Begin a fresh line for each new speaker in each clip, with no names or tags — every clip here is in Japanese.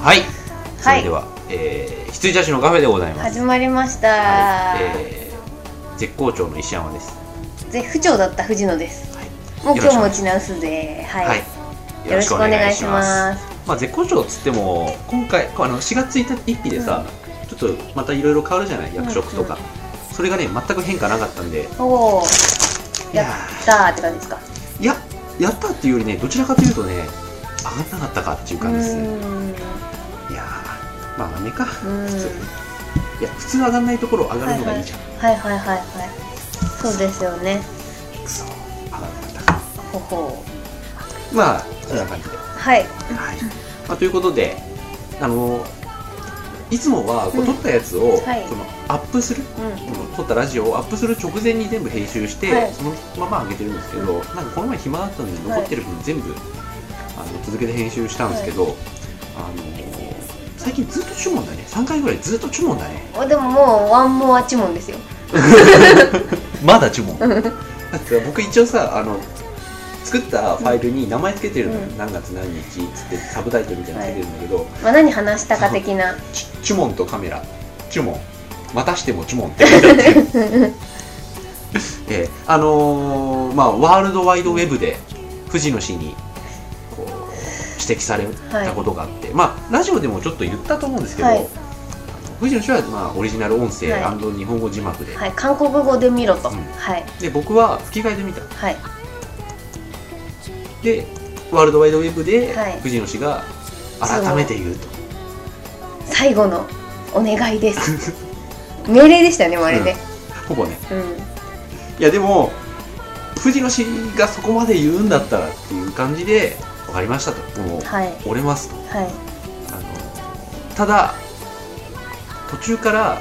はいそれでは、えー、羊たちのカフェでございます
始まりました、
はいえー絶好調の石山です
絶不調だった藤野です
はい
もう
よろ
今
し
日
くお願
もう
いし
ちなうすでは
ますは
い、
い
よろしくお願いします
まあ、絶好調っつっても今回あの4月1日一日でさ、ちょっとまたいろいろ変わるじゃない役職とか、
う
それがね全く変化なかったんで
おお
い
や
や
ったーって感じですか
ーいややったっていうよりねどちらかというとね上がんなかったかっていう
うー
感じですね
ん
いやーまあ雨か
ん
普通いや普通上がんないところ上がるのがいいじゃん、
はいはいはいはいそうですよね
くそ上がんなかったか
ほほ
まあそんな感じで
うはい
はい、まあ、ということであのいつもはこ
うん
う撮ったやつを、
はい
そのアップする
うん
撮ったラジオをアップする直前に全部編集して、
はい
そのまま上げてるんですけど、なんかこの前暇だったんで
はい
残ってる分全部、あの続けて編集したんですけど、あのー最近ずっと注文だね3回ぐらいずっと注文だね
おでももうワンモアチモンですよ
まだ注文だって僕一応さあの作ったファイルに名前つけてるのよ、
うん
何月何日っつってサブタイトルみたいなのつけてるんだけど、
まあ何話した か的な
チチュモンとカメラチュモンまたしてもチュモンって書いてあってえーあのーまあワールドワイドウェブで藤野氏にこう指摘されたことがあって、まあラジオでもちょっと言ったと思うんですけど、
はい
藤野氏はまあオリジナル音声
は
日本語字幕で、
はい韓国語で見ろと、
うん
はい
で僕は吹き替えで見た
はい
でワールドワイドウェブで
はい
藤野氏が改めて言うと、
最後のお願いです 命令でしたよねもうあれね
ほぼね
うん
いやでも藤野氏がそこまで言うんだったらっていう感じで分かりましたともう
はい
折れますと
はい
あのただ途中から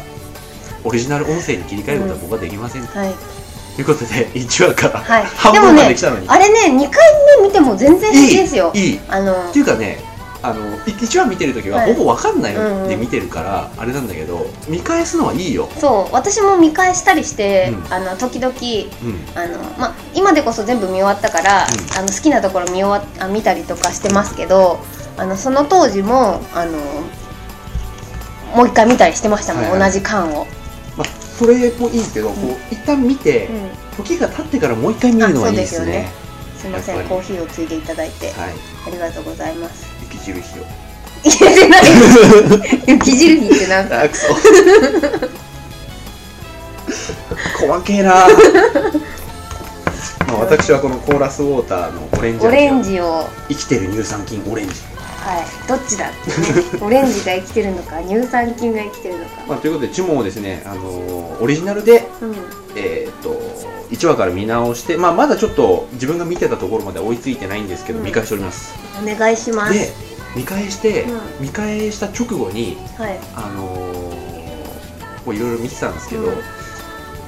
オリジナル音声に切り替えることは僕はできません、と
はい
いうことで1話から、
はい
半
でも
分ま
ね
で来たのに、
あれね2回目見ても全然平気ですよ
いいいいっ
あの
ていうかねあの1話見てる時は
はい
ほぼ分かんない
うんうん
で見てるから、あれなんだけど見返すのはいいよ、
そう私も見返したりして、
うん
あの時々
うん、
あの、ま、今でこそ全部見終わったから、
うん
あの好きなところ見終わっあ見たりとかしてますけどあのその当時もあのもう一回見たりしてましたもん、
はいはい
同じ巻を、
まあ、それもいいんですけど、こう一旦見て、
うん、
時が経ってからもう一回見るのはいいです
あそうですよ
ね
ねすいませ
や
ん
っぱり
コーヒーをついでいただいて
はい
ありがとうございます
雪 印を
入れてない 雪印ってなんか
あくそ細けえな まあ私はこのコーラスウォーターのオレンジ
オレン
味を
ジを
生きてる乳酸菌オレンジ、
はい、どっちだって いうねオレンジが生きてるのか乳酸菌が生きてるのか、
まあ、ということでチュモンをですね、あのーオリジナルで、
うん、
えー、と1話から見直して、まあ、まだちょっと自分が見てたところまで追いついてないんですけど、
うん
見返しております
お願いします
で見返して、
う
見返した直後に
はい
あのーこういろいろ見てたんですけど、
うん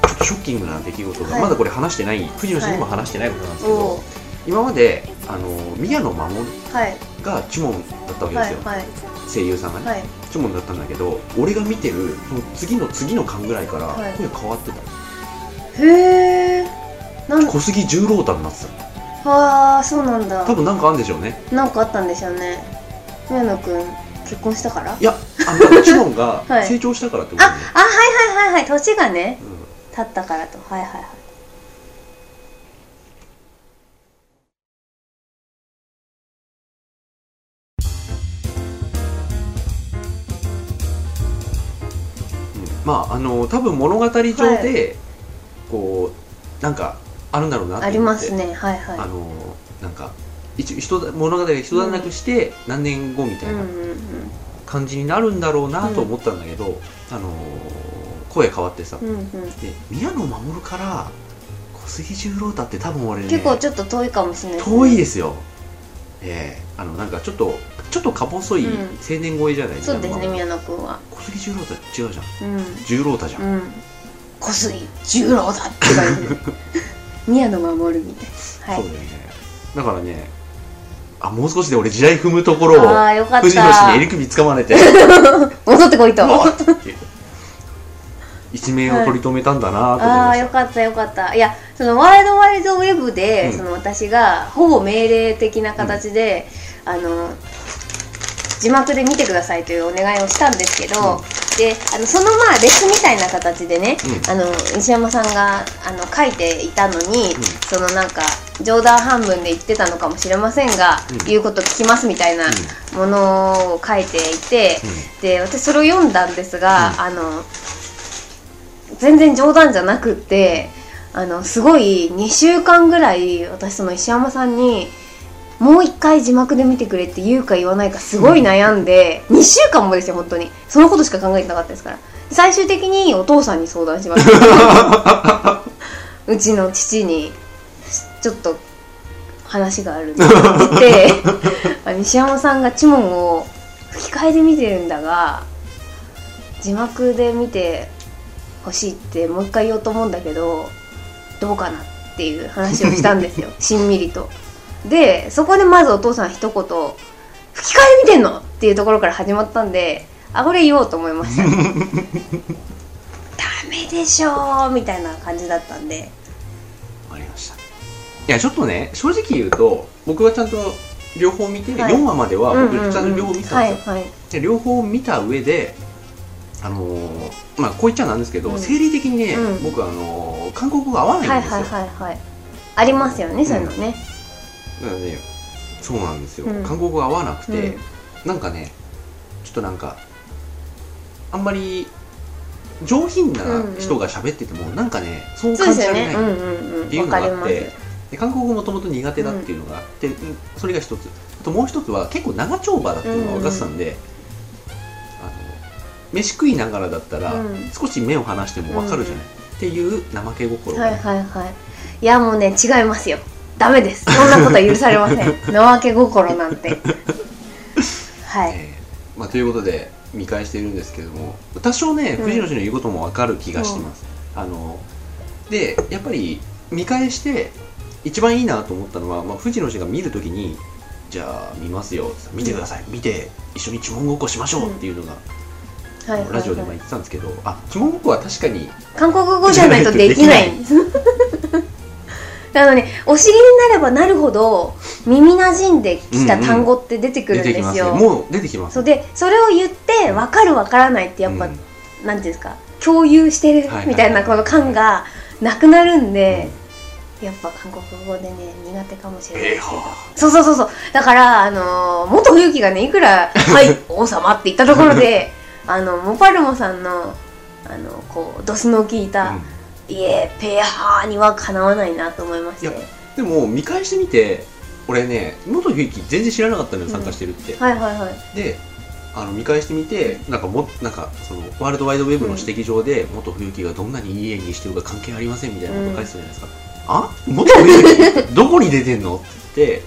ちょっとショッキングな出来事が、
はい
まだこれ話してない藤野氏にも
は
話してないことなんですけど、
おー
今まで、あのー宮野真守
はい
がチュモンだったわけで
は
す
い
よ、
はい
声優さんがね、
はい
チュモンだったんだけど俺が見てるその次の次の巻ぐらいから
はい
声変わってた、
へえなん
小杉十郎太になって
あーそうなんだ
た多分なんかあるんでしょうね
なんかあったんでしょうね宮野くん結婚したから
いやあのチュモンが
はい
成長したからってこと
あ
ね、
あはいはいはいはい年がね
うん
経ったからとはいはいはい
まああの多分物語上で、
は
こうなんかあるんだろうなって
あり
思
ま
って
すねはいは
あ
い
のなんか一人だ物語が一段落して何年後みた
う
い
ん
な
うんうん
感じになるんだろうなと思ったんだけど、あの声変わってさ、
う
で
んうん
宮野真守から小杉十郎太って多分俺ね
結構ちょっと遠いかもしれない
遠い
で
ですよ、ええあのなんかちょっとちょっとか細い青
うん
年越えじゃない、
すそうですね
宮野真守
宮野くんは
小杉十郎太違うじゃん
うん
十郎太じゃん、
うん、小杉十郎だって感 じで宮野守るみたいな、はい
そうだよねだからねあもう少しで俺地雷踏むところを
ああーよかっ
藤野氏に
た
襟首掴まれて
戻ってこいと
うわーって一命を取り留めたんだなと思い
あ
ま
あ
し
よかったよかったいやそのワイドワイドウェブで、
うん
その私がほぼ命令的な形で、あの字幕で見てくださいというお願いをしたんですけど、
うん
であのそのまあレスみたいな形でね、
うん
あの西山さんがあの書いていたのに、
うん
そのなんか冗談半分で言ってたのかもしれませんが、
うん
言うこと聞きますみたいな
う
ものを書いていて、で私それを読んだんですが、
うん
あの全然冗談じゃなくってあのすごい2週間ぐらい私その石山さんに「もう一回字幕で見てくれ」って言うか言わないかすごい悩んで、2週間もですよ本当にそのことしか考えてなかったですから最終的にお父さんに相談し ましたうちの父に「ちょっと話があるんで」って 言ってあ西山さんがチモンを吹き替えで見てるんだが字幕で見て欲しいってもう一回言おうと思うんだけどどうかなっていう話をしたん ですよしんみりとでそこでまずお父さん一言「吹き替えで見てんの!」っていうところから始まったんであこれ言おうと思いましたダメでしょーみたいな感じだったんで
わかりましたいやちょっとね正直言うと僕はちゃんと両方見て、
はい
4話までは
うんうんう
僕
ん
ちゃんと両方見てたん
は
ですよ、
いはい
で両方見た上であのーまあこう言っちゃなんですけど、
うん
生理的にね、
うん
僕あのー韓国語が合わ
はい
な
はい
いんですよ、
はいはいありますよねそういうのね、
だからねそうなんですよ、
うん
韓国語が合わなくて、
うん
なんかねちょっとなんかあんまり上品な人が喋ってても、なんかねそう
そ
感
うです
じら
よ
れない、
ねうんうん
って
う
い
ん
う
わ
のが
かり
あっ
ます
てで韓国語もともと苦手だっていうのがあって、うんそれが一つあともう一つは結構長丁場だっていうのが分かってたんで、あの飯食いながらだったら、
うん
少し目を離しても分かるじゃない、っていう怠け心が
はいはいはいいやもうね違いますよダメですそんなことは許されませ んのわけ心なんてはい
えーまあ、ということで見返しているんですけども多少ね
うん
藤野氏の言うことも分かる気がしてます、あのでやっぱり見返して一番いいなと思ったのは、まあ、藤野氏が見るときにじゃあ見ますよ見てください、見て一緒に呪文ごっこしましょうっていうのが、
はいはい
ラジオでも
は
言
い
ってたんですけど、あ呪文ごっこは確かに
韓国語じゃないとで きないんですあのねお尻になればなるほど耳馴染んできた単語って出てくる
出
んで
てきますすね
よ、
もう出てきます
そうでそれを言って分かる分からないってやっぱ、
うん
なんていうんですか共有してる
はいはい
みたいなこの感がなくなるん
う
で
ん、
やっぱ韓国語でね苦手かもしれない
え
で
ー
すけど、
は
そうそうそうそうだからあのー元冬樹がねい くら「はい王様」って言ったところであのモパルモさんのあのこうドスの効い
ー
た
うん
「いえペーハー」にはかなわないなと思いまして
い
は
や
い
でも見返してみて俺ね元響き全然知らなかったのよ参加してるって、
はいはい
であの見返してみてなんかもなんかそのワールドワイドウェブの指摘上で、元冬樹がどんなにいい演技してようが関係ありませんみたいなこと書いてたじゃないですか、あ元冬 樹どこに出てんのって言って、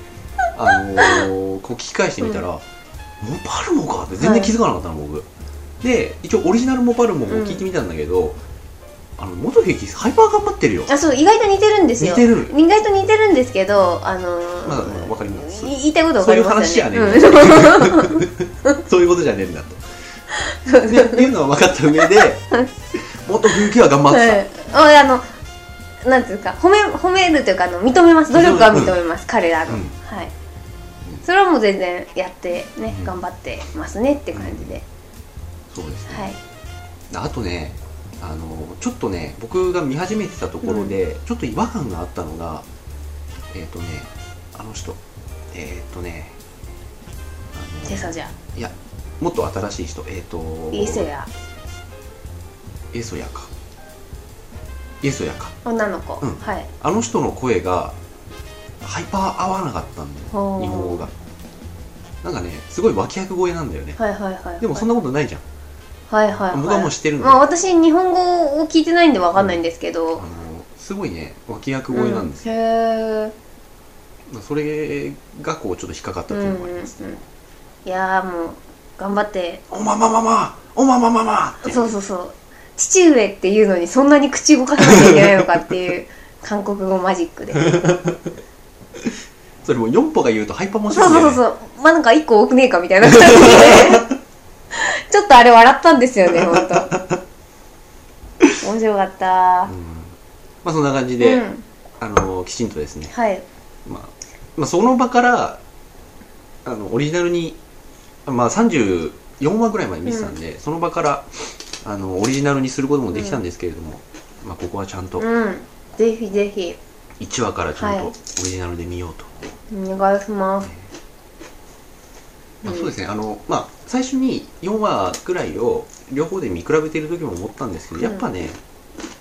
あのーこう聞き返してみたら、モパルモかって全然気づかなかったの、僕で一応オリジナルモパルモも聞いてみたんだけど、あの元冬樹ハイパー頑張ってるよ
あそう意外と似てるんです
似
よ
てる
意外と似てるんですけどあのー
まあまあわかります
い言いたいことわかりますよね
そういう話
うん
そういうことじゃねえんだと。っていうのは分かった上で、元冬樹は頑張ってた。
はい、あのなんていうか褒め褒めるというかあの認めます努力は認めます彼らの、
うん
はいそれはもう全然やってね、
うん
頑張ってますねって感じで、
そうですね。
はい
あとね、あのちょっとね、僕が見始めてたところで、ちょっと違和感があったのが、えっ、とね、あの人、えっ、とね、あの
テサじゃ
いや、もっと新しい人、えっ、と、
いい人。や
エソヤか。エソヤか。
女の子、
うん
はい
あの人の声がハイパー合わなかったんだよ日
ほう
本語がなんかねすごい脇役声なんだよね
はいはいはいはい
でもそんなことないじゃん、
はいはいはい
僕はもう知ってるんで、
まあ私日本語を聞いてないんでわかんないんですけど、
あのすごいね脇役声なんですよ、
うへえ
それがこうちょっと引っかかった
う
っ
ん
ていうの
う
があ
んう
り
ん
ます、
いやーもう頑張って
おままままおままままって
そうそうそう父上っていうのにそんなに口動かさなきゃいけないのかっ ていう韓国語マジックでそう
それも4歩が言うとハイパー面白い
そ
んだ
う
よ
そう
ね
そうまあなんか一個多くねえかみたい な感じでちょっとあれ笑ったんですよねほんと面白かった
うんまあそんな感じで、
うん、
あのきちんとですね
はい
まあ、まあその場からあのオリジナルにまあ、34話ぐらいまで見てたんで、その場からあのオリジナルにすることもできたんですけれども、まあ、ここはちゃんと
うんぜひぜひ
1話からちゃんと
はい
オリジナルで見ようと、
お願いします
まあ、そうですねあの、まあ、最初に4話ぐらいを両方で見比べてる時も思ったんですけど、
うん
やっぱね、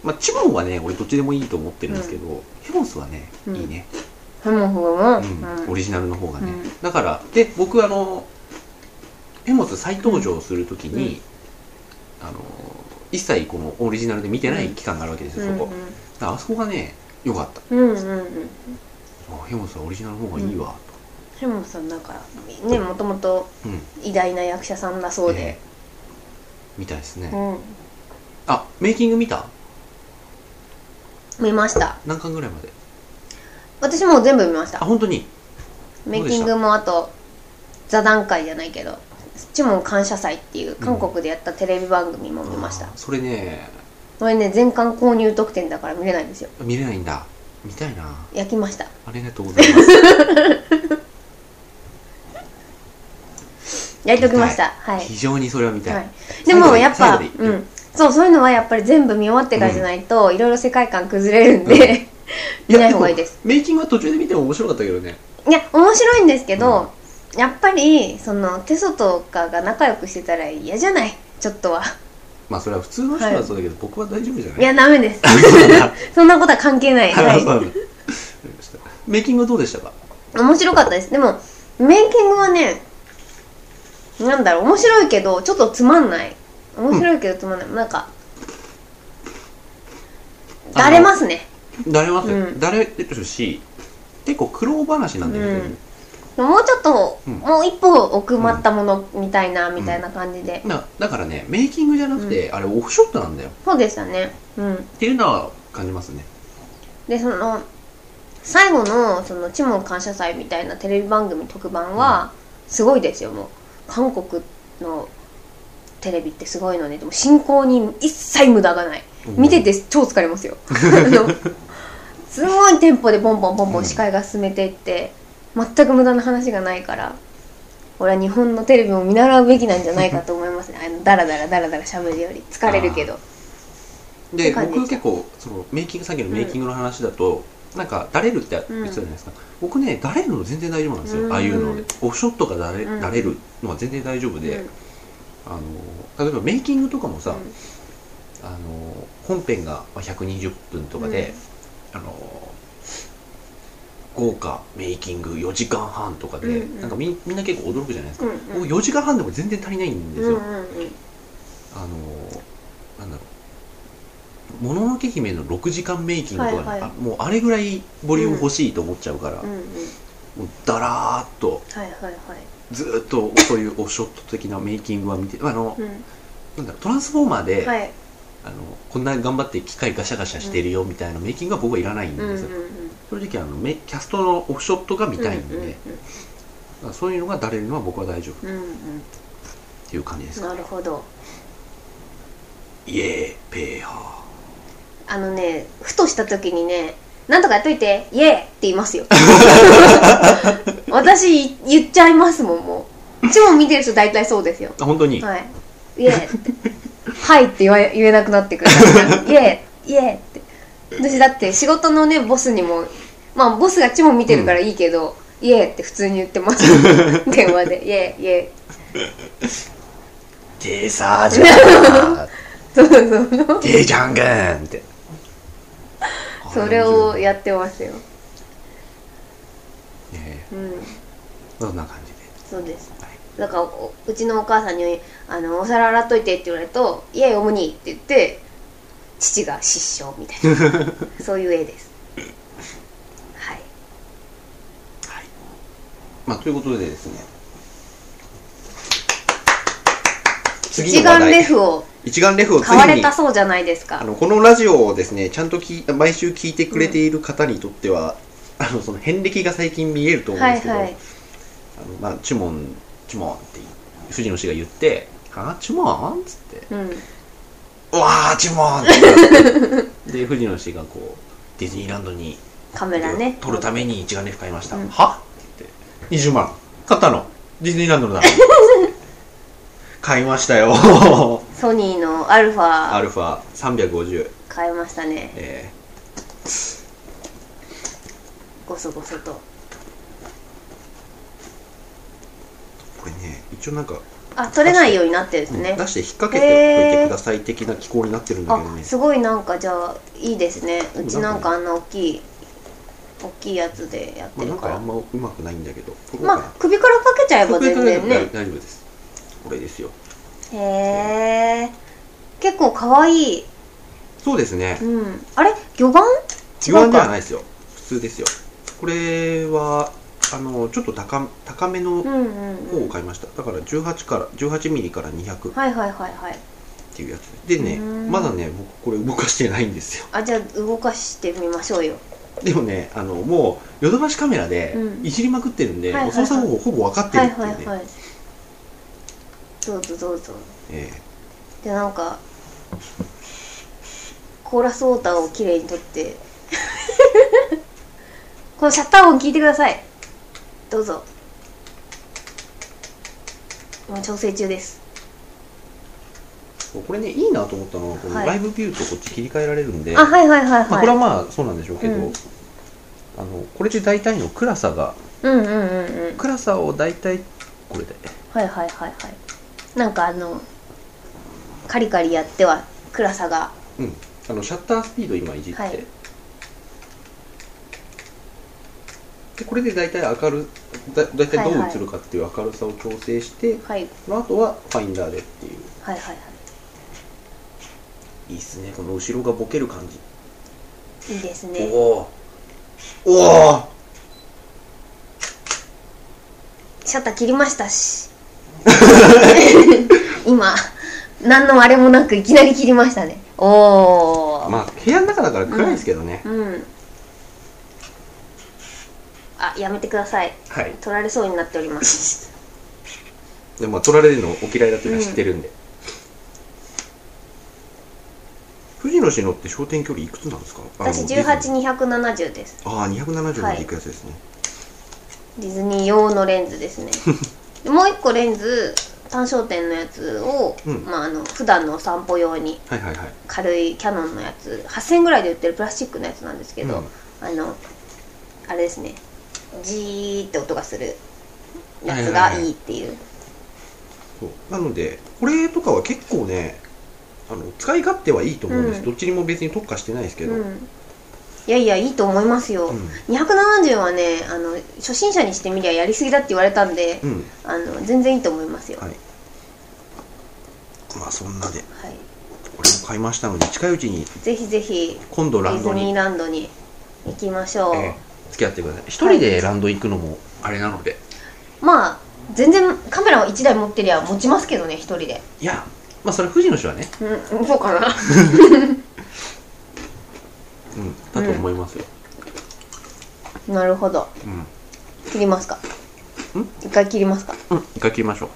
まあ、チモンはね俺どっちでもいいと思ってるんですけど、ヘボンスはね、
うん
いいね、
ふもふも
うんオリジナルの方がね、
うん
だからで僕あのヘボンス再登場する時に、あの一切このオリジナルで見てない期間があるわけですよ、そこだからあそこがね良かった
うんうんうんうん
あヘボンスはオリジナルの方がいいわ、
ふもさんだからねもともと
と、うん
偉大な役者さんだそう
ええ
で、
みたいですね、
うん
あメイキング見た
見ました
何巻ぐらいまで
私もう全部見まし
あ
た
本当に
メイキングもあと座談会じゃないけどチモン感謝祭っていう韓国でやったテレビ番組も見ました、
あーそれね
これね全巻購入特典だから見れないんですよ
見れないんだ見たいな
焼きました
ありがとうございます
焼いときました はい
非常にそれは見たい、
はい、でもやっぱ、
最後で
う、ん、そうそういうのはやっぱり全部見終わってからじゃないと、いろいろ世界観崩れるんで、見ない方がいいです
メイキングは途中で見ても面白かったけどね
いや面白いんですけど、やっぱりそのテソとかが仲良くしてたら嫌じゃないちょっとは
まあそれは普通の人はそうだけど、僕は大丈夫じゃない
いやダメです そんなことは関係 ない、
あ
は、
そうないんだ わかりましたメイキングはどうでしたか
面白かったですでもメイキングはねなんだろう面白いけどちょっとつまんない面白いけどつまんない、なんか
あの
だれますね
誰も
う
誰
ん
誰ですし結構苦労話なんだけど、
うんもうちょっと、
うん
もう一歩奥まったものみたいな、みたいな感じで、
なだからねメイキングじゃなくて、あれオフショットなんだよ
そうでしたねうん
っていうのは感じますね
でその最後の「そのチモン感謝祭」みたいなテレビ番組特番はすごいですよもう韓国のテレビってすごいのででも進行に一切無駄がない見てて超疲れま すよあのすごいテンポでボンボンボンボ
うん
ン司会が進めていって全く無駄な話がないから俺は日本のテレビも見習うべきなんじゃないかと思いま すねあのダラダラダラダラ喋るより疲れるけど
で
って感じで
僕
した
結構そのメイキングさっきのメイキングの話だと、なんかだれるって言ってたじゃないですか、僕ねだれるの全然大丈夫なんですよ、
うん
ああいうのでオフショットがだれ,、
うん
だれるのは全然大丈夫で、あの例えばメイキングとかもさ、
うん
あの本編がまあ120分とかで、あの豪華メイキング4時間半とかで、
うんうん
なんかみみんな結構驚くじゃないですか、
うんうん
僕4時間半でも全然足りないんです
うんう
よ、
んうん
あのなんだろう「もののけ姫」の6時間メイキングとかね、
はいはい
あもうあれぐらいボリューム欲しいと思っちゃうから、
うんうん
もうだらーっと
はいはいはい
ずーっとそういうオフショット的なメイキングは見てあの、
うん
なんだろうトランスフォーマーで、
はい
あのこんな頑張って機械ガシャガシャしてるよみたいなメイキングは僕はいらないん
うん
ですよ、
うんうん
正直あのメキャストのオフショットが見たいんで、
うんうん
だからそういうのがだれるのは僕は大丈夫
うん
っていう感じで
う
す
ん
か、
なるほど
イエーペーハ
あのねふとした時にね「なんとかやっといてイエー!」って言いますよ私言っちゃいますもんもううちも見てる人大体そうですよ
ーあ本当に、
はい「イエー!」って「はい」って言わ言えなくなってくる「イエー!」「イエー!」って私だって仕事のねボスにもまあボスがちも見てるからいいけど「イエー!」って普通に言ってます電話で「イエーイエ
テーサーじゃん
ー!」そうそうそう
デジャン君って
それをやってますよ
ね
うん
そんな感じで
そうです
はい
だからおうちのお母さんにあの「お皿洗っといて」って言われると「いえオムニー」って言って父が失笑みたい なそういう絵ですはい
はいまあということでですね
一眼レフを
一眼レフをつ
買わ
い
れ
に
たそうじゃないです
あ
か
のこのラジオをですねちゃんとき毎週聞いてくれている方にとっては、あのその遍歴が最近見えると思うん
は
で
い
すけど、
はい
あのまあチュモンチュモンって藤野氏が言ってあチュモンっつって
うん
うわーチュモンってなって で藤野氏がこうディズニーランドに
カメラね
撮るために一眼レフ買いました、
うん
はって言って20万買ったのディズニーランドのだ買いましたよ
ソニーのアルフ
ア
ァ
ルファ350
買いましたね
え
ごそごそと
ーこれね一応なんか、
あ取れないようになってるんです
うん
ね
出して引っ掛けておいてください的な機構になってるんだけど
あ
ね
すごいなんかじゃあいいですねうちなんかあ
なん
な大きい大きいやつでやっ
まあ、
て
な
る
ん
か
からあんまうまくないんだけどここ
まあ首からかけちゃえば
これ
全
くらいだっ
然
たら
ね
大丈夫ですこれですよ
へえ結構かわいい、
そうですね
うん、あれ魚眼違
違和
う
ではな
か
いですよ普通ですよこれはあのちょっと高高めの
うんう
方
んう
を
ん
買いましただから18から18ミリから200っ
はいはいはいはい
ていうやつででね
うん
まだね僕これ動かしてないんですよ
あじゃあ動かしてみましょうよ
でもねあのもうヨドバシカメラで
うん
いじりまくってるんで、
はいはいはい
もう操作方法ほぼ分かってるっ
はい
ていうね、
はいはいどうぞどうぞ
え
じゃあなんかコーラスウォーターをきれいに取って このシャッター音聞いてくださいどうぞ今調整中です
えこれねいいなと思ったのはこの
はい
ライブビューとこっち切り替えられるんで、
あはいはいはい
まあ、これ
は
はいまあそうなんでしょうけど、
うん
あのこれで大体の暗さが
うんうんうんうん
暗さを大体これで
はいはいはいはいなんかあのカリカリやっては暗さが
うん、あのシャッタースピード今いじって、
はい
でこれで大体明るだ大体どう映るかっていう明るさを調整して、
はい
その後はファインダーでっていう
はいはいはい
いいっすねこの後ろがボケる感じ、
いいですね
おおおお
シャッター切りまし たし今何のあれもなくいきなり切りましたねおお、
まあ部屋の中だから暗いですけどね、
うんあやめてください
はい
取られそうになっております
でまあ撮られるのお嫌いだっていうのは知ってるんで、藤野氏のって焦点距離いくつなんですかあの
私
ディズニー
18270です
ああ270ま
はい
でいくやつですね、
ディズニー用のレンズです ねでもう一個レンズ単焦点のやつを、
うん
まあ、あの普段のお散歩用に
はい、はいはい
軽いキャノンのやつ8000円ぐらいで売ってるプラスチックのやつなんですけど、
うん
あのあれですねジーって音がするやつ
はいはい
が
はい
いいっていう、
そうなのでこれとかは結構ねあの使い勝手はいいと思うんです、
うん
どっちにも別に特化してないですけど、うん
うんいやいやいいと思いますよ、270はねあの初心者にしてみりゃやりすぎだって言われたんで、
うん
あの全然いいと思いますよ
は
はいい、
まあそんなでこれも買いましたので近いうちに
ぜひぜひ
今度
デ
ラ
ィ
ン
ズ
ド
ニー
に、
ランドに行きましょう、
ええ付き合ってください一人でランド行くのもあれなので、
まあ全然カメラを1台持ってりゃ持ちますけどね一人で
い、やまあそれは藤野氏はね、
うんそうかな
うん、だと思いますよ、
なるほど
うんうん
切りますか
ん
一回切りますか
一回切りましょう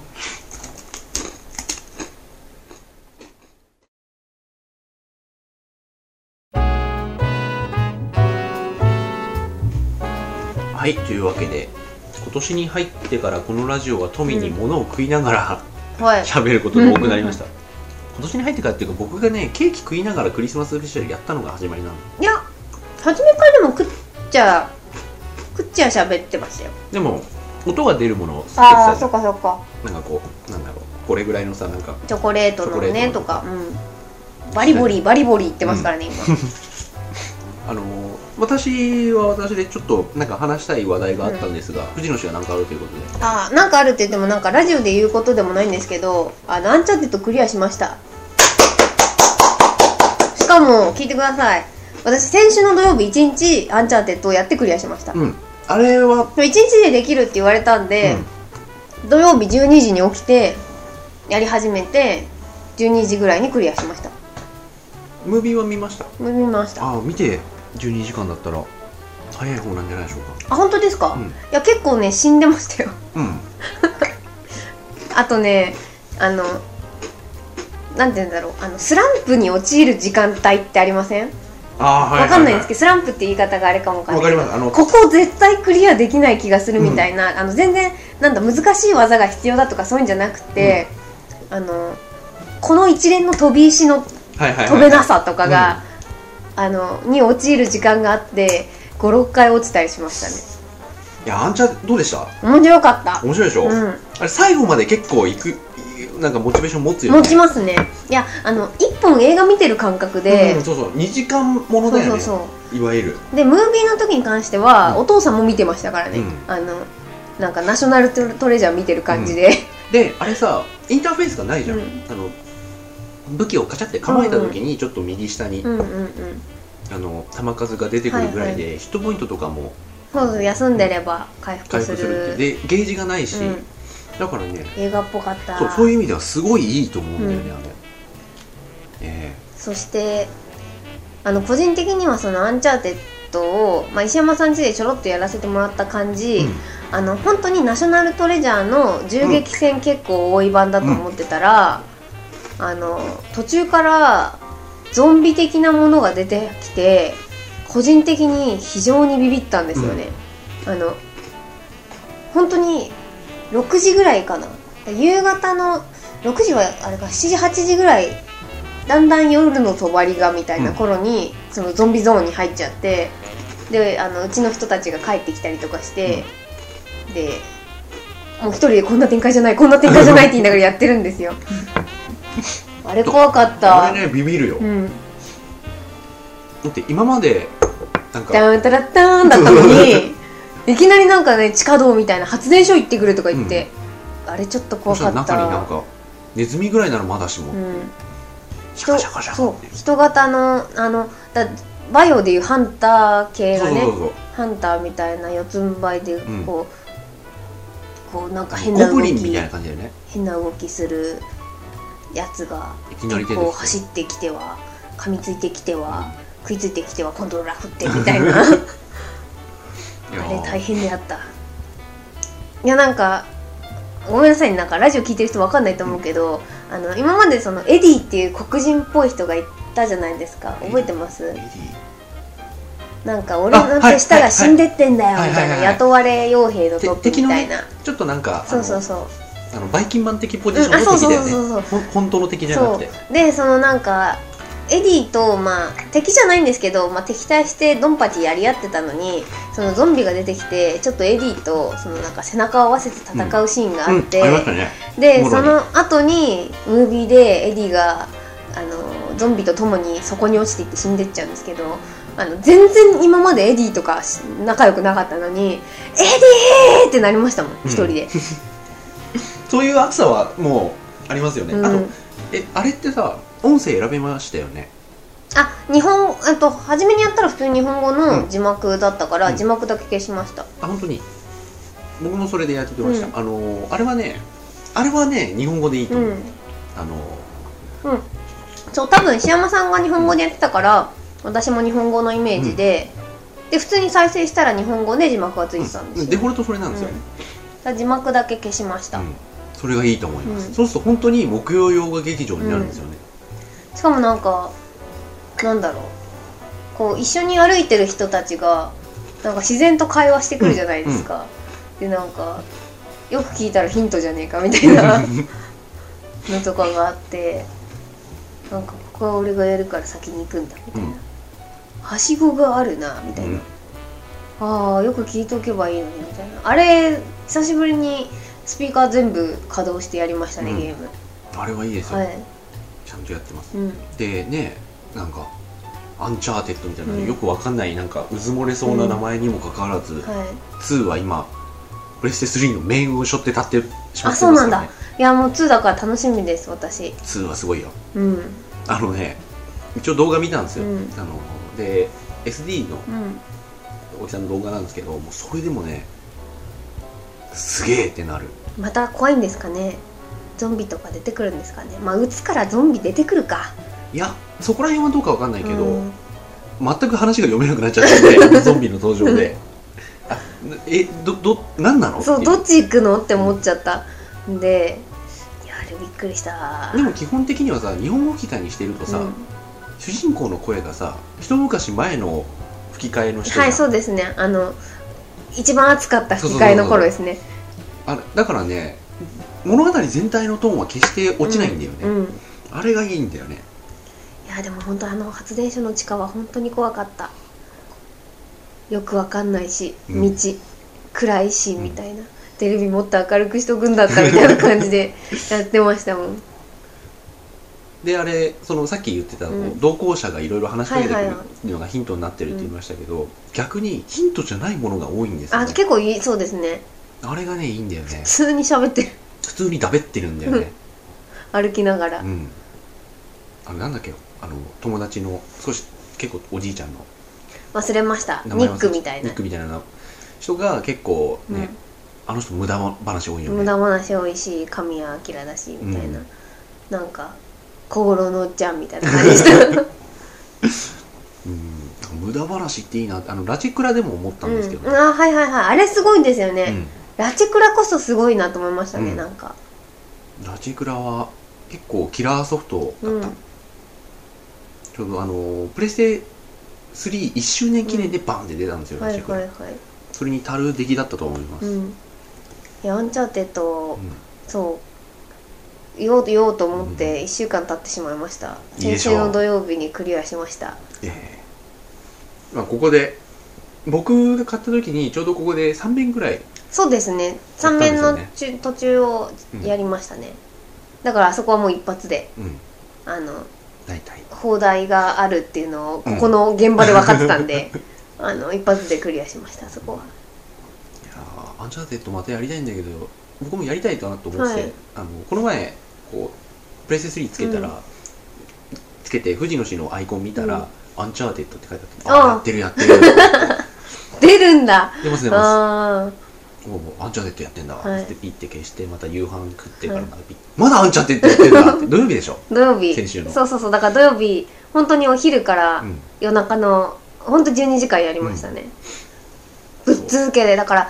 はいというわけで今年に入ってからこのラジオは富に物を食いながら
はい
喋ることが多くなりました今年に入ってからっていうか僕がねケーキ食いながらクリスマススペシャルやったのが始まりなの
いや初めからでも食っちゃ食っちゃ喋ってましたよ
でも音が出るものを吸って
ああ
たじ
そ
ゃ
っかそっか
んなんかこうなんだろうこれぐらいのさなんか
チョコレートのね
チョコレート
とか、うん、バリボリバリボリ言ってますからね、今
あのー私は私でちょっとなんか話したい話題があったんですが、藤野氏が何かあるということで
ああなんかあるって言ってもなんかラジオで言うことでもないんですけどあのアンチャーテッドクリアしましたしかも聞いてください私先週の土曜日一日アンチャーテッドをやってクリアしました、
うんあれは、
1日でできるって言われたんで、土曜日12時に起きてやり始めて12時ぐらいにクリアしました
うん、ムービーは見ました
見ましたあ
ああ見て12時間だったら早い方なんじゃないでしょう
本当ですか、
か
いや結構ね死んでましたよ
うん、うん、
あとねあのなんて言うんだろうあのスランプに陥る時間帯ってありません
ああーはい
わかんないですけ
ど
ど、スランプって言い方があれかもわかん
わ
な
か
い
り
けど
ますあの
ここ絶対クリアできない気がするみたいな、あの全然なんだ難しい技が必要だとかそういうんじゃなくて、あのこの一連の飛び石の
はいはいはい
飛べなさとかが、あのに陥る時間があって56回落ちたりしました
いやあんちゃんどうでした
ね面白かった
面白いでしょ、
うん
あれ最後まで結構いくいなんかモチベーション持つよね
持ちますねいやあの1本映画見てる感覚で、
うん、そうそう2時間もの
そう
だよね
そうそう
いわゆる
でムービーの時に関しては、
うん
お父さんも見てましたからね、
うん
あのなんかナショナルトトレジャー見てる感じで、
であれさインターフェースがないじゃん、
うん
あの武器をカチャって構えた時にちょっと右下に、
うん、うんうん
あの弾数が出てくるぐらいで、ヒットポイントとかも
そうそう休んでれば回復
回
す
復
る
するってでゲージがないし、
うん
だからね
映画っぽかった
そうそういう意味ではすごいいいと思うんだよね、
う
あれえ
そしてあの個人的にはそのアンチャーテッドを、まあ、石山さん家でちょろっとやらせてもらった感
え
じ、あの本当にナショナルトレジャーの銃撃戦結構多い版だと思ってたら、あの途中からゾンビ的なものが出てきて個人的に非常にビビったんですよね、あの本当に6時ぐらいかな夕方の6時はあれか7時8時ぐらいだんだん夜の帳がみたいな頃に、そのゾンビゾーンに入っちゃってであのうちの人たちが帰ってきたりとかして、でもう一人でこんな展開じゃないこんな展開じゃないって言い ながらやってるんですよあれ怖かった、
あれねビビるよ、
うん
だって今までなん
ダ
か
ウンタラッターンだったの にいきなりなんかね地下道みたいな発電所行ってくるとか言って、あれちょっと
そ
怖
した
からっ
中に
た
なんかネズミぐらいならまだしも、
うん
シャ
人
カシャカシャカ
そ
って
う人型のあのだバイオでいうハンター系がね
そうそうそう
ハンターみたいな四つん這いでこう、こうなんか変な
ゴ
動
ブリ
き
ンみたいな感じだよね
変な動きするやつが
いきなり出て
こう
きて
走ってきては噛みついてきては、食いついてきては今度ラフってみたいな あ
い
れ
やー
大変であったいやなんかごめんなさいなんかラジオ聞いてる人わかんないと思うけど、あの今までそのエディっていう黒人っぽい人がいたじゃないですか覚えてます
エディ
なんか俺の手下が死んでってんだよ
はい
み
は
た
い
い
はい
な
はい
雇われ傭兵のトップ
敵
み
の
たい
ね
な、
ちょっとなんか
そうそうそう
あのあのバイキンマン的ポジションの敵だよね、
うんあそうそうそう
ほん本当の敵じゃなくて
そうでそのなんかエディと、まあ、敵じゃないんですけど、まあ、敵対してドンパチやり合ってたのにそのゾンビが出てきてちょっとエディとそのなんか背中を合わせて戦うシーンがあって、
うん、ありましたね
で
もろ
そ
に
の後にムービーでエディがあのゾンビと共にそこに落ちていって死んでっちゃうんですけどあの全然今までエディとかし仲良くなかったのに「エディー!」ってなりましたもん
ん
一人で。
そういう暑さはもうありますよね、
うん
あとえあれってさ音声選べましたよね
あ日本あと初めにやったら普通に日本語
う
の
ん
字幕だったから、
うん
字幕だけ消しました
あ本当に僕もそれでやってました、
うん
あのーあれはねあれはね日本語でいいと
うん、
思う、
うん、
あのー
そう多分石山さんが日本語でやってたから私も日本語のイメージで、で普通に再生したら日本語で字幕がついてたんで
うん
す
デ
よ、
フォルトそれなんですよね、
だから字幕だけ消しました、
うんそれがいいと思います、
うん
そうすると本当に木曜洋画劇場になるんですよね、
しかもなんかなんだろうこう一緒に歩いてる人たちがなんか自然と会話してくるじゃないですか、でなんかよく聞いたらヒントじゃねえかみた いなのとかがあってなんかここは俺がやるから先に行くんだみたいな、
うん
はしごがあるなみたいな、
うん
ああよく聞いとけばいいのにみたいなあれ久しぶりにスピーカー全部稼働してやりましたね、
うん
ゲーム
あれはいいですよ、
はい、
ちゃんとやってます
うん、
でねなんかアンチャーテッドみたいな、
うん
よくわかんないなんかうずもれそうな名前にもかかわらず、
はい
2は今プレステ3の命運を背負って立ってしま
あ
って
そう
ます
なん
から
だ
ね
いやもう2だから楽しみです私
2はすごいよ
うん
あのね一応動画見たんですよ、
うん
あので SD の
うん
大木さんの動画なんですけどもうそれでもねすげえってなる
また怖いんですかねゾンビとか出てくるんですかねまあ打つからゾンビ出てくるか
いやそこら辺はどうかわかんないけど、
うん
全く話が読めなくなっちゃって てゾンビの登場であえどど何なの
そう
ってい
どっち行くのって思っちゃったんでいやあれびっくりした
でも基本的にはさ日本語吹き替えにしてるとさ、
うん
主人公の声がさ一昔前の吹き替えの人じゃん
はいそうですねあの一番暑かった吹き替えの頃ですね
あれだからね物語全体のトーンは決して落ちないんだよね、
うん、うん
あれがいいんだよね
いやでも本当あの発電所の地下は本当に怖かったよくわかんないし
う
道、
ん
暗いしみたいな、テレビもっと明るくしとくんだったみたいな感じで やってましたもん
であれそのさっき言ってた、
うん
同行者がいろいろ話しかけてく
はいはいは
るのがヒントになってるって言いましたけど、逆にヒントじゃないものが多いんですよ、
あ
ね、
結構いいそうですね
あれがねいいんだよね
普通に喋ってる
普通にだべってるんだよね
歩きながら、
うんあのなんだっけあの友達の少し結構おじいちゃんの
忘れましたニ
名前忘れちゃ
ック
った
みたい
ニ
な
ッ、クみたいな人が結構
う
ね、
ん
あの人無駄話多いよね
無駄話多いし神谷明だしみたいな、
うん
なんか小五郎のおっちゃんみたいな感じ でした
うん無駄話っていいなあのラチクラでも思ったんですけど、
うん、あはいはいはいあれすごいんですよね、
う
ラチクラこそすごいなと思いましたね、
うん
なんか
んラチクラは結構キラーソフトだった、
うん
ちょうどあのプレステ31周年記念でバンって出たんですよ、
は
ラ
い
チク
は
ラ、
いはい
それに足る出来だったと思います、
うんいやアンチャーテッドを
うん
そう言おう言おうと思って1週間経ってしまいました、
いいで
先
しょう
週の土曜日にクリアしました
ええまあここで僕が買った時にちょうどここで3面ぐらい
そうですね
たん
3
です
面
よ
の
ね
中、途中をやりましたね、だからあそこはもう一発で
うん
あの
大体
放題があるっていうのを
うん
ここの現場で分かってたんで、 あの一発でクリアしましたそこは、
いやーアンチャーテッドまたやりたいんだけど僕もやりたいかなと思ってて、
はい
あのこの前こうプレステ3つけたら、
う
つけて藤野氏のアイコン見たら、アンチャーテッドって書いてあって
あ
あ
あ
あやってるや ってる
出るんだ
出ます出ま
あー
すもうアンチャーテッドやってんだわ、
はい
ってピッて消してまた夕飯食ってから
はい
またピッまだアンチャーテッドやってんだ って土曜日でしょ
土曜日
先週の
そうそうそうだから土曜日本当にお昼から
うん
夜中の本当12時間やりましたね、ぶっ続けでだから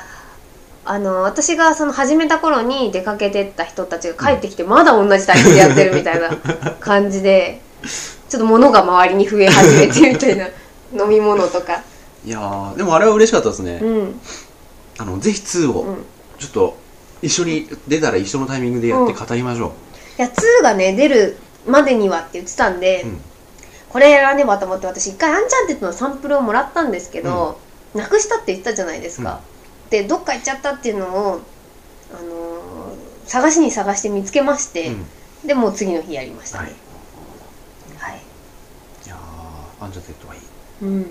あの私がその始めた頃に出かけてった人たちが帰ってきてまだ同じタイプでやってるみた いな感じでちょっと物が周りに増え始めてみたいな飲み物とか
いやーでもあれは嬉しかったですね、
うん
あのぜひ2を、
うん
ちょっと一緒に出たら一緒のタイミングでやって語りましょ
いや2がね出るまでにはって言ってたんで、
うん
これやらねばと思って私一回アンチャンテッドのサンプルをもらったんですけど、なくしたって言ったじゃないですか、でどっか行っちゃったっていうのを、あのー探しに探して見つけまし
う、
て、
うん
でもう次の日やりましたねはい、
いやーアンチャーテッドはいい
うん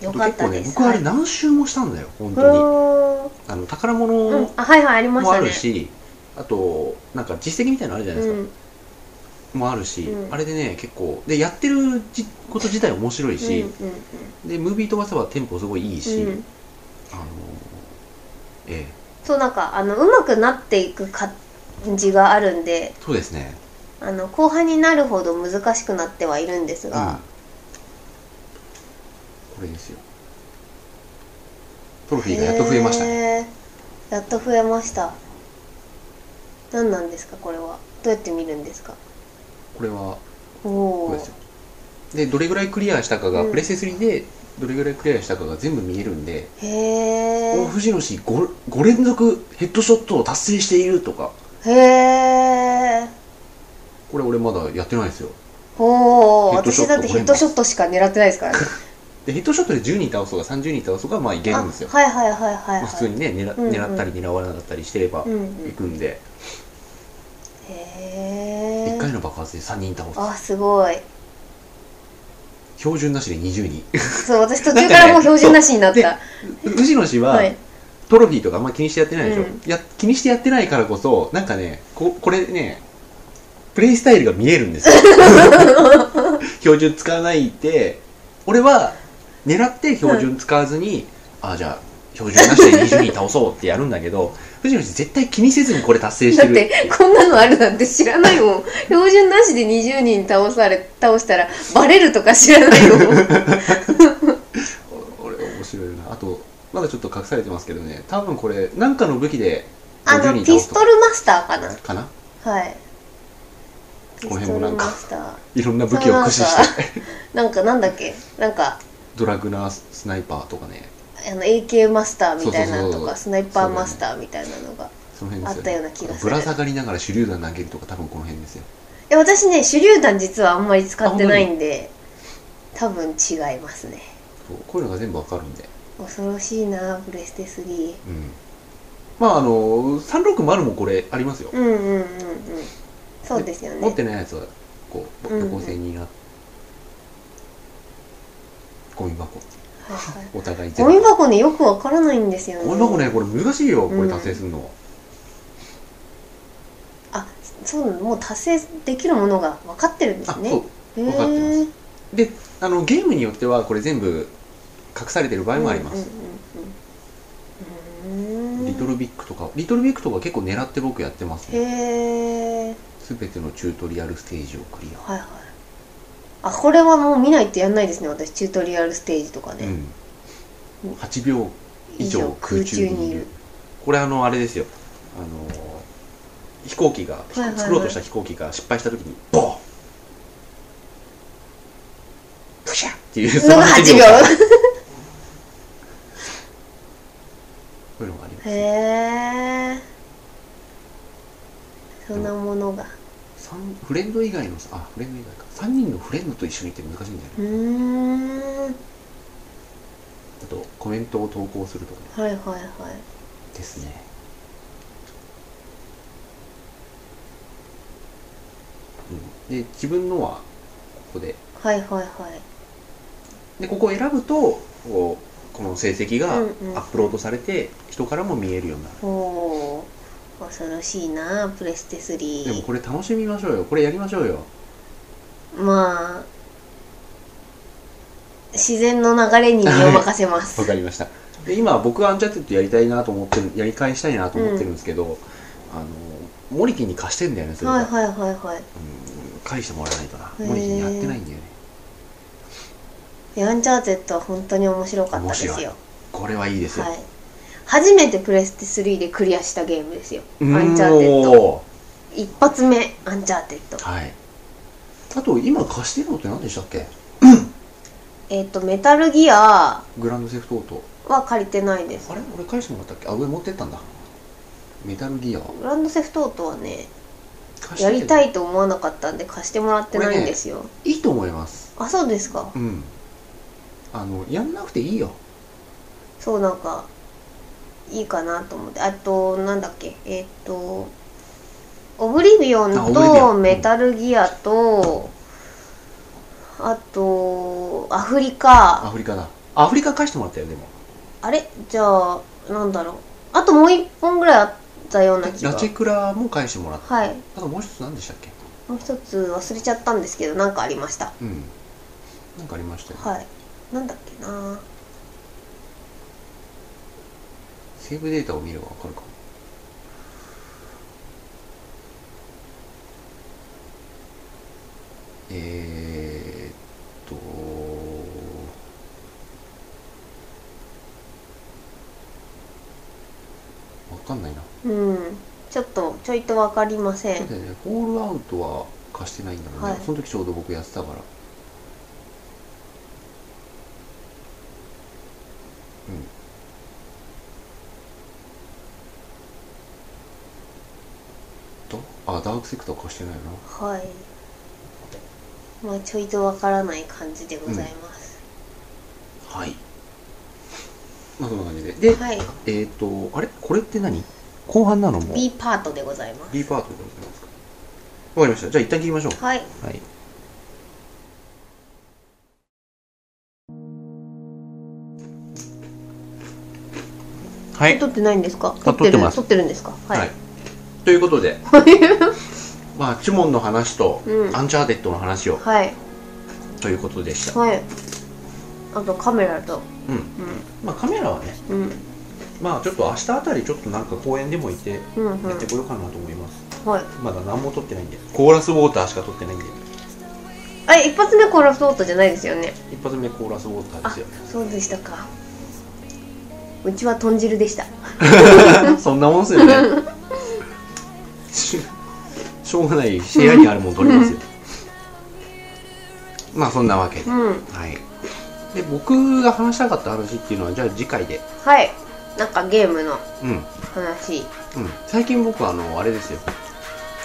よかったです、
結構ね僕あれ
はい
何周もしたんだよ本
ふ
当に
ーん
あの宝
う
物
んあはいはいありまし
もあ
た
る
ね
し、あとなんか実績みたいなのあるじゃないです
う
か、
ん
もあるし、
うん
あれでね結構でやってるじこと自体面白いし
うん、うん
でムービー飛ばせばテンポすごいいいし、
うんうん
あのええ
そうなんかあのうまくなっていく感じがあるんで
そうですね
あの後半になるほど難しくなってはいるんです
うん
が、
これですよトロフィーがやっと増えましたね
ねやっと増えました何なんですかこれはどうやって見るんですか
これは
お
これ
お
ですよでどれぐらいクリアしたかが、
うん
プレステ3でどれぐらいクリアしたかが全部見えるんで
へえ
この藤野氏 5, 5連続ヘッドショットを達成しているとか
へえ
これ俺まだやってないですよ
おお
ヘッドショ
私
ット
だってヘッドショットしか狙ってないですから ね
でヘッドショットで10人倒そうが30人倒そうがまあいけるんですよ、
あはいはいはいはい、
まあ、普通
はい
にね狙,、
うんうん
狙ったり狙わなかったりしてれば
うんう
い
ん
くんで、
へ
1回
え
の爆発で3人倒
あ
す
すごい
標準なしで20人
そう私途中からもう標準なしになっ
な
た
藤野氏は
はい
トロフィーとかあんま気にしてやってないでしょ、
うん
や気にしてやってないからこそなんかねここれねプレイスタイルが見えるん ですよ標準使わないで俺は狙って標準使わずに、ああじゃあ標準なしで20人倒そうってやるんだけど藤野氏絶対気にせずにこれ達成し
だ
て
っ
る
てこんなのあるなんて知らないもん標準なしで20人倒され倒したらバレるとか知らない もん
お俺面白いなあとまだちょっと隠されてますけどね多分これなんかの武器で
あ
50
の
人倒
ピス
す
トルマスターかな
とかな
はいピ
この辺
スト
も
ル
なん
マ
か
スター
いろんな武器を駆使
そ
して
なんかなんだっけなんか
ドラグナースナイパーとかね
あの AK マスターみたいなの
そうそうそ
と
うそ
か
う
スナイパーマスターみたいなのが
その辺
あ
ですよ
った
ね
ような気がす
ぶ
る
ら下がりながら手榴弾投げるとか多分この辺ですよ
いや私ね手榴弾実はあんまり使ってないんで多分違いますね
そうこういうのが全部わかるんで
恐ろしいなプレステ3
うんまああの360もこれありますよ
うんうんうんうんそうですよね
持ってないやつはこう
うんうん
横線になって、ゴミ箱
はいはい
お互いゼ
ゴ
ロ
ミ箱ねよくわからないんですよね
ゴミ箱ねこれ難しいよこ
う
れ
ん
達成するのは、
あそうなのもう達成できるものが分かってるんで
あ
すね
そう
へ
わかってます
ー
であのゲームによってはこれ全部隠されてる場合もあります、
うんうんうんうんうーん
リトルビッグとかリトルビッグとか結構狙って僕やってますね
へえ
全てのチュートリアルステージをクリア、
はいはいあこれはもう見ないとやんないですね私チュートリアルステージとか
う
ね、
ん8秒以上空中にいるこれあのあれですよあの飛行機が
いはいはい
作ろうとした飛行機が失敗した時にボーンプシャッっていう
のが8秒
こういうのがあります、
へ
ね、
えそんなものが
三フレンド以外のさあフレンド以外か3人のフレンドと一緒にって難しいんじゃないう
ーん
あとコメントを投稿するとかね
はいはいはい
ですねうん、で自分のはここで
はいはいはい
でここを選ぶとこうこの成績がア
うんうん
ップロードされて人からも見えるようになる、
おおー恐ろしいなプレステ
でも
3
これ楽しみましょうよこれやりましょうよ
まあ自然の流れに身を任せま す、
わかりましたで今僕はアンチャーテッドやりたいなと思ってるやり返したいなと思ってるんですけど、あのモリキンに貸してんだよねそれが、
はいはいはいはい
うん、返してもらわないとな
へー
モリキンやってないんだよね
いやアンチャーテッドは本当に面白かったですよ
面白これはいいですよ、
はい初めてプレステ3でクリアしたゲームですよア
うーん
ンチャーテッド
お
一発目アンチャーテッド
ーはいあと今貸してるのって何でしたっけ
えっ、とメタルギア
グランドセフトオート
は借りてないです
あれ俺返してもらったっけあ上持ってったんだメタルギア
グランドセフトオートはね
貸して
や
るけど
りたいと思わなかったんで貸してもらってないんですよ、
いいと思います
あそうですか
うんあのやんなくていいよ
そうなんかいいかなと思ってあとなんだっけえっ、とオブリビオン
あオブリビオ
と
ン
メタルギアとあとアフリカ
アフリカだアフリカ返してもらったよでも
あれじゃあなんだろうあともう一本ぐらいあったような気
ラ
が
チェクラも返してもらった
はい
あともう一つ何でしたっけ
もう一つ忘れちゃったんですけどなんかありました
うんなんかありましたよ、ね
はいなんだっけな
セーブデータを見ればわかるかもえー、っとわかんないな
うんちょっとちょいとわかりませ
そうだ
ん
よね、ホールアウトは貸してないんだもんね、
はい
その時ちょうど僕やってたから。うん。とあ、ダークセクター貸してないよな。
はいまあちょいとわからない感じでございます、
はい。まあそんな感じで。で、
はい
えっ、ー、と、あれこれって何後半なのも
B パートでございます
B パートでございますか。わかりました。じゃあ一旦聞きましょう。
はい
はい。は
え。撮ってないんですか
撮って
る
ます
撮ってるんですかはい、
はい。ということ で、まあ、チュモンの話と、
うん
アンチャーテッドの話を、
はい
ということでした。
はいあとカメラと
うん。まあ、カメラはね、
うんうん
まあ、ちょっと明日あたり、ちょっとなんか公園でも行って、や
うんうん
ってこようかなと思います。
はい
まだ何も撮ってないんで。コーラスウォーターしか撮ってないんで。
あれ一発目コーラスオートじゃないですよね
一発目コーラスウォーター
あ
ですよ。
そうでしたかうちは豚汁 でした
そんなもんっすよね。ししょうがない、部屋にあるもん取りますよ。まあそんなわけで。
うん
はい。で、僕が話したかった話っていうのは、じゃあ次回で
はいなんかゲームの
うん、うん、
話
最近僕はあのあれですよ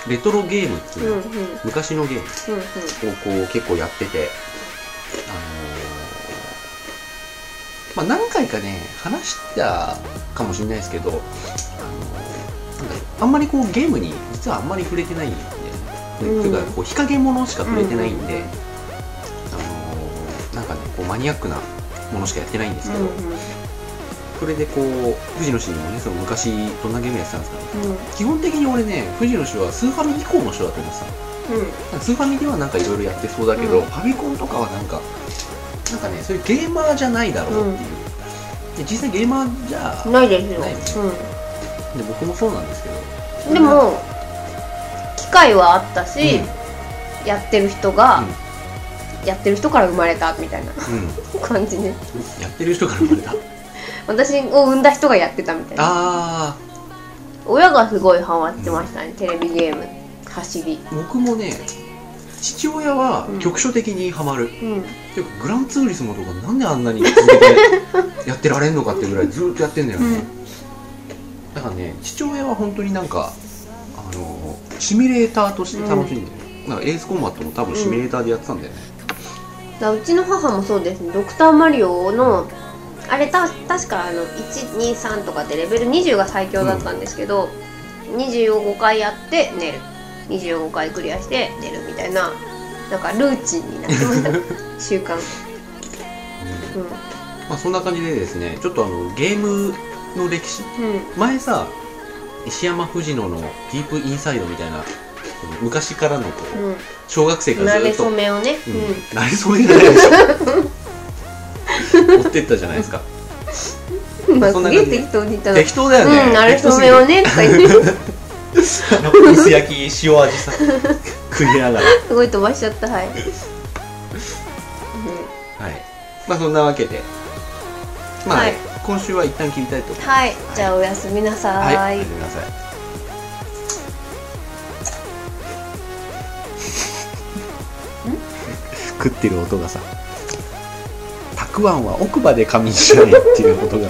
レトロゲームって
う
い
んう
うんの、
うんうん
昔のゲームをこう結構やっててあのーまあ何回かね話したかもしれないですけど、あのーなんだろうあんまりこうゲームに実はあんまり触れてないんで、ね
うん
というかこう日陰ものしか触れてないんで、
うん
あのーなんかねこうマニアックなものしかやってないんですけど、
うん
それでこう藤野氏にもねその昔どんなゲームやってたんですか
うんうん
基本的に俺ね藤野氏はスーファミ以降の人だと思ってたのスーファミではなんかいろいろやってそうだけど、
うん
ファミコンとかはなんか、なんかね、そういうゲーマーじゃないだろうっていう。で実際ゲーマーじゃ、
うんないですよ
ないねで僕もそうなんですけ
う
ど。
んで
うん、
も機会はあったし、
う、
やってる人が、やってる人から生まれたみたいなん 感じね
やってる人から生まれ た。
私を産んだ人がやってたみたいな
あ
親がすごいハマってましたね、テレビゲーム走り
ー、僕もね、父親は
うん
局所的にはまる。
うん
ていうか、グランツーリスモとかなんであんなに続けてやってられんのかってぐらいずーっとやってんだよね。だからね、父親は本当になんか、あのシミュレーターとして楽しんでる。なんかエースコンバットも多分シミュレーターでやってたんだよね。
だうちの母もそうですねドクターマリオのあれた確かあの123とかでレベル20が最強だったんですけど、25回やって寝る25回クリアして寝るみたいななんかルーチンになってま した習慣う
まあ、そんな感じでですねちょっとあのゲームの歴史
んうん
前さ石山藤野の「ディープインサイド」みたいなその昔からのこう
うん
小学生から
慣
ず
れ
っと、
初
うん、
めをね、
慣れそめじゃないでしょ追ってったじゃないですか
うん、まあ
そん
す
な
げえ
感じで
適当に言ったな
適当だよね、
うん慣れ
適当
初
すぎ
め
る
をねとか言って
あの薄焼き塩味 さ食いながら
すごい飛ばしちゃったはい、うん
はいまあそんなわけでまあ、
はい
今週は一旦切りたいと思います
はいじゃあおやすみなさー
はい
い
おやすみなさい 食ってる音がさたくあんは奥歯で噛みしめっていう音が